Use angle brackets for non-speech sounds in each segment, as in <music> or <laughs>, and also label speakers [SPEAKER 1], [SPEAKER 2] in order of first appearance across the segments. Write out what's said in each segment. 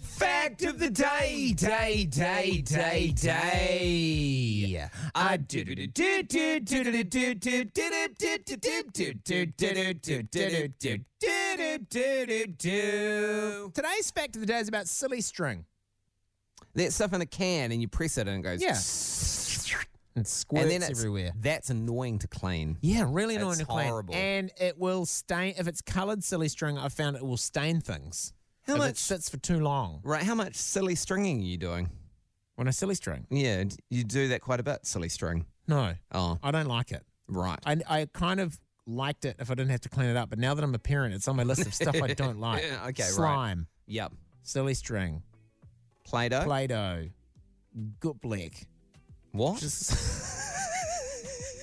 [SPEAKER 1] fact of the day, day, day, day, day. I do do do do do do do do do do do do do do do do do do do do do do do do.
[SPEAKER 2] Today's fact of the day is about silly string.
[SPEAKER 1] That stuff in a can and you press it and it goes.
[SPEAKER 2] Yeah. It
[SPEAKER 1] And
[SPEAKER 2] squirts
[SPEAKER 1] then it's,
[SPEAKER 2] everywhere.
[SPEAKER 1] that's annoying to clean.
[SPEAKER 2] Yeah, really annoying
[SPEAKER 1] It's
[SPEAKER 2] to clean.
[SPEAKER 1] horrible.
[SPEAKER 2] And it will stain if it's coloured silly string. I found it will stain things.
[SPEAKER 1] How
[SPEAKER 2] if
[SPEAKER 1] much-
[SPEAKER 2] it sits for too long?
[SPEAKER 1] Right, how much silly stringing are you doing?
[SPEAKER 2] When I silly string,
[SPEAKER 1] Yeah, d- you do that quite a bit, silly string.
[SPEAKER 2] no,
[SPEAKER 1] Oh,
[SPEAKER 2] I don't like it.
[SPEAKER 1] right.
[SPEAKER 2] I I kind of liked it if I didn't have to clean it up, but now that I'm a parent, it's on my list of stuff I don't like.
[SPEAKER 1] <laughs> Yeah, okay, right.
[SPEAKER 2] slime,
[SPEAKER 1] Yep.
[SPEAKER 2] silly string,
[SPEAKER 1] Play-Doh.
[SPEAKER 2] Play-Doh, gublick,
[SPEAKER 1] what?
[SPEAKER 2] just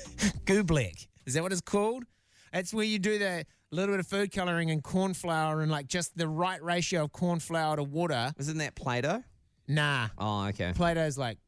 [SPEAKER 2] <laughs> gublick. Is that what it's called? It's where you do the little bit of food coloring and corn flour and like just the right ratio of corn flour to water.
[SPEAKER 1] Isn't that Play-Doh?
[SPEAKER 2] Nah,
[SPEAKER 1] Oh, okay.
[SPEAKER 2] Play-Doh's like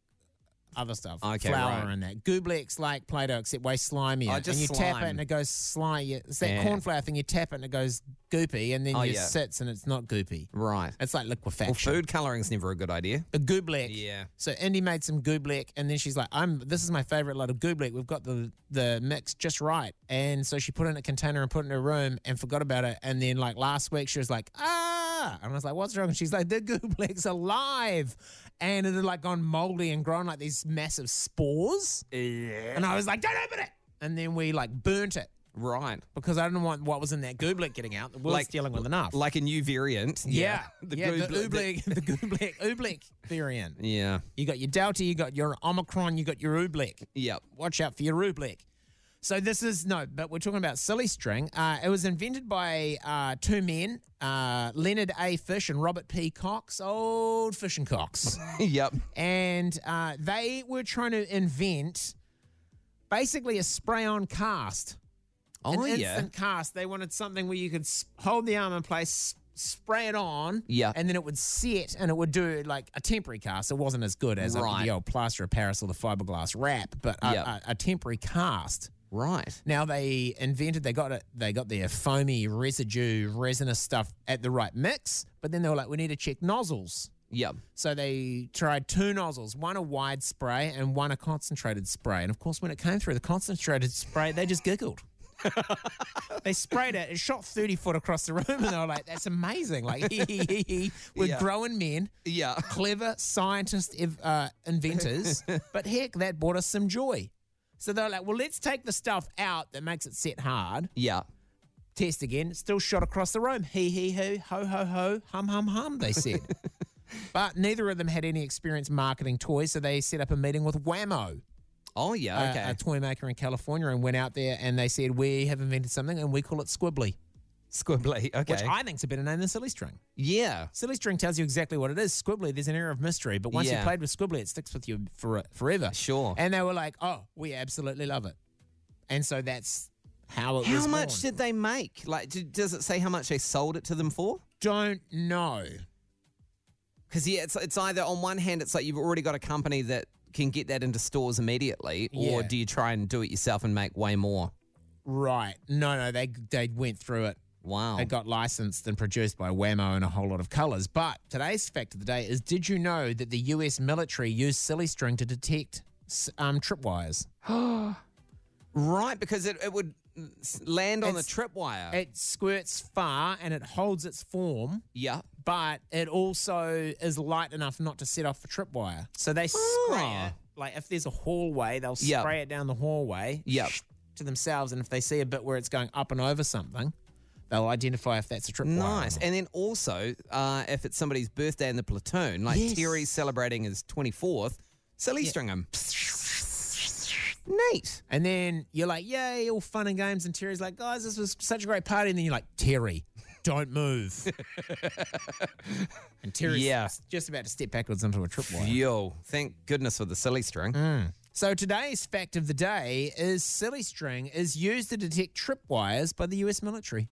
[SPEAKER 2] other stuff,
[SPEAKER 1] Okay,
[SPEAKER 2] flour
[SPEAKER 1] right.
[SPEAKER 2] and that. Goobleck's like Play-Doh, except way slimier.
[SPEAKER 1] Oh, just
[SPEAKER 2] and you tap
[SPEAKER 1] slime.
[SPEAKER 2] it and it goes slimy. It's that
[SPEAKER 1] Yeah.
[SPEAKER 2] corn flour thing. You tap it and it goes goopy, and then
[SPEAKER 1] Oh,
[SPEAKER 2] it
[SPEAKER 1] yeah.
[SPEAKER 2] sits and it's not goopy.
[SPEAKER 1] Right.
[SPEAKER 2] It's like
[SPEAKER 1] Well,
[SPEAKER 2] liquefaction.
[SPEAKER 1] food coloring's never a good idea.
[SPEAKER 2] A goobleck.
[SPEAKER 1] Yeah.
[SPEAKER 2] So Indy made some goobleck, and then she's like, "I'm. This is my favorite lot of goobleck. We've got the the mix just right." And so she put it in a container and put it in her room and forgot about it. And then like last week, she was like, "Ah!" And I was like, "What's wrong?" And she's like, "The goobleck's alive," and it had like gone moldy and grown like these massive spores.
[SPEAKER 1] Yeah.
[SPEAKER 2] And I was like, "Don't open it!" And then we like burnt it
[SPEAKER 1] Right.
[SPEAKER 2] because I didn't want what was in that goobleck getting out. We were
[SPEAKER 1] Like-
[SPEAKER 2] dealing with enough.
[SPEAKER 1] Like a new variant.
[SPEAKER 2] yeah,
[SPEAKER 1] <laughs> The
[SPEAKER 2] yeah, the
[SPEAKER 1] goobl- the-
[SPEAKER 2] oobleck, <laughs> the goobleck, oobleck variant.
[SPEAKER 1] yeah.
[SPEAKER 2] You got your Delta, you got your Omicron, you got your Oobleck.
[SPEAKER 1] Yep.
[SPEAKER 2] Watch out for your Oobleck. So this is no, but we're talking about silly string. Uh, it was invented by uh, two men, uh, Leonard A. Fish and Robert P. Cox, old Fish and Cox,
[SPEAKER 1] yep.
[SPEAKER 2] and uh, they were trying to invent basically a spray-on cast,
[SPEAKER 1] Oh,
[SPEAKER 2] an
[SPEAKER 1] yeah.
[SPEAKER 2] instant cast. They wanted something where you could s- hold the arm in place, s- spray it on,
[SPEAKER 1] Yeah.
[SPEAKER 2] and then it would set and it would do like a temporary cast. It wasn't as good as like,
[SPEAKER 1] Right.
[SPEAKER 2] the old plaster of Paris or the fiberglass wrap, but a,
[SPEAKER 1] Yeah.
[SPEAKER 2] a, a temporary cast.
[SPEAKER 1] right.
[SPEAKER 2] Now they invented, they got it, they got their foamy residue resinous stuff at the right mix, but then they were like, we need to check nozzles.
[SPEAKER 1] Yep.
[SPEAKER 2] So they tried two nozzles, one a wide spray and one a concentrated spray. And of course, when it came through the concentrated spray, they just giggled. they sprayed it. It shot 30 foot across the room, and they were like, that's amazing. Like, <laughs> hee hee hee hee. We're
[SPEAKER 1] Yeah.
[SPEAKER 2] growing men,
[SPEAKER 1] Yeah. <laughs>
[SPEAKER 2] clever scientist ev- uh, inventors. but heck, that brought us some joy. So they were like, well, let's take the stuff out that makes it set hard.
[SPEAKER 1] Yeah.
[SPEAKER 2] Test again. Still shot across the room. Hee hee hoo, ho ho ho, hum hum hum,
[SPEAKER 1] <laughs>
[SPEAKER 2] they said. but neither of them had any experience marketing toys, so they set up a meeting with Whammo,
[SPEAKER 1] Oh,
[SPEAKER 2] a-
[SPEAKER 1] yeah. Okay.
[SPEAKER 2] a toy maker in California, and went out there and they said, We have invented something and we call it Squibbly,
[SPEAKER 1] Squibbly. Okay.
[SPEAKER 2] which I think's a better name than Silly String.
[SPEAKER 1] yeah.
[SPEAKER 2] Silly String tells you exactly what it is. Squibbly, there's an air of mystery, but once you
[SPEAKER 1] Yeah.
[SPEAKER 2] played with Squibbly, it sticks with you for, forever.
[SPEAKER 1] Sure.
[SPEAKER 2] And they were like, Oh, we absolutely love it. And so that's how it was.
[SPEAKER 1] How much
[SPEAKER 2] born.
[SPEAKER 1] did they make? Like, d- does it say how much they sold it to them for?
[SPEAKER 2] Don't know.
[SPEAKER 1] Because yeah, it's it's either on one hand, it's like you've already got a company that can get that into stores immediately, or
[SPEAKER 2] Yeah.
[SPEAKER 1] do you try and do it yourself and make way more?
[SPEAKER 2] Right. No, no, they they went through it.
[SPEAKER 1] Wow.
[SPEAKER 2] They got licensed and produced by Whammo in a whole lot of colours. But today's fact of the day is: Did you know that the U.S. military used silly string to detect s- um, tripwires?
[SPEAKER 1] right, because it, it would mm, s- land on the
[SPEAKER 2] It's-
[SPEAKER 1] tripwire.
[SPEAKER 2] It squirts far and it holds its form,
[SPEAKER 1] yeah.
[SPEAKER 2] but it also is light enough not to set off a tripwire. So they spray
[SPEAKER 1] Oh.
[SPEAKER 2] it. Like if there's a hallway, they'll
[SPEAKER 1] Yep.
[SPEAKER 2] spray it down the hallway.
[SPEAKER 1] Yep.
[SPEAKER 2] To themselves, and if they see a bit where it's going up and over something, they'll identify if that's a tripwire. or
[SPEAKER 1] Nice.
[SPEAKER 2] not.
[SPEAKER 1] And then also, uh, if it's somebody's birthday in the platoon, like
[SPEAKER 2] Yes.
[SPEAKER 1] Terry's celebrating his 24th, silly string him. Neat.
[SPEAKER 2] And then you're like, yay, all fun and games. And Terry's like, guys, this was such a great party. And then you're like, Terry, don't move. and Terry's
[SPEAKER 1] Yeah.
[SPEAKER 2] just about to step backwards into a tripwire.
[SPEAKER 1] Yo, thank goodness for the silly string.
[SPEAKER 2] So today's fact of the day is silly string is used to detect tripwires by the US military.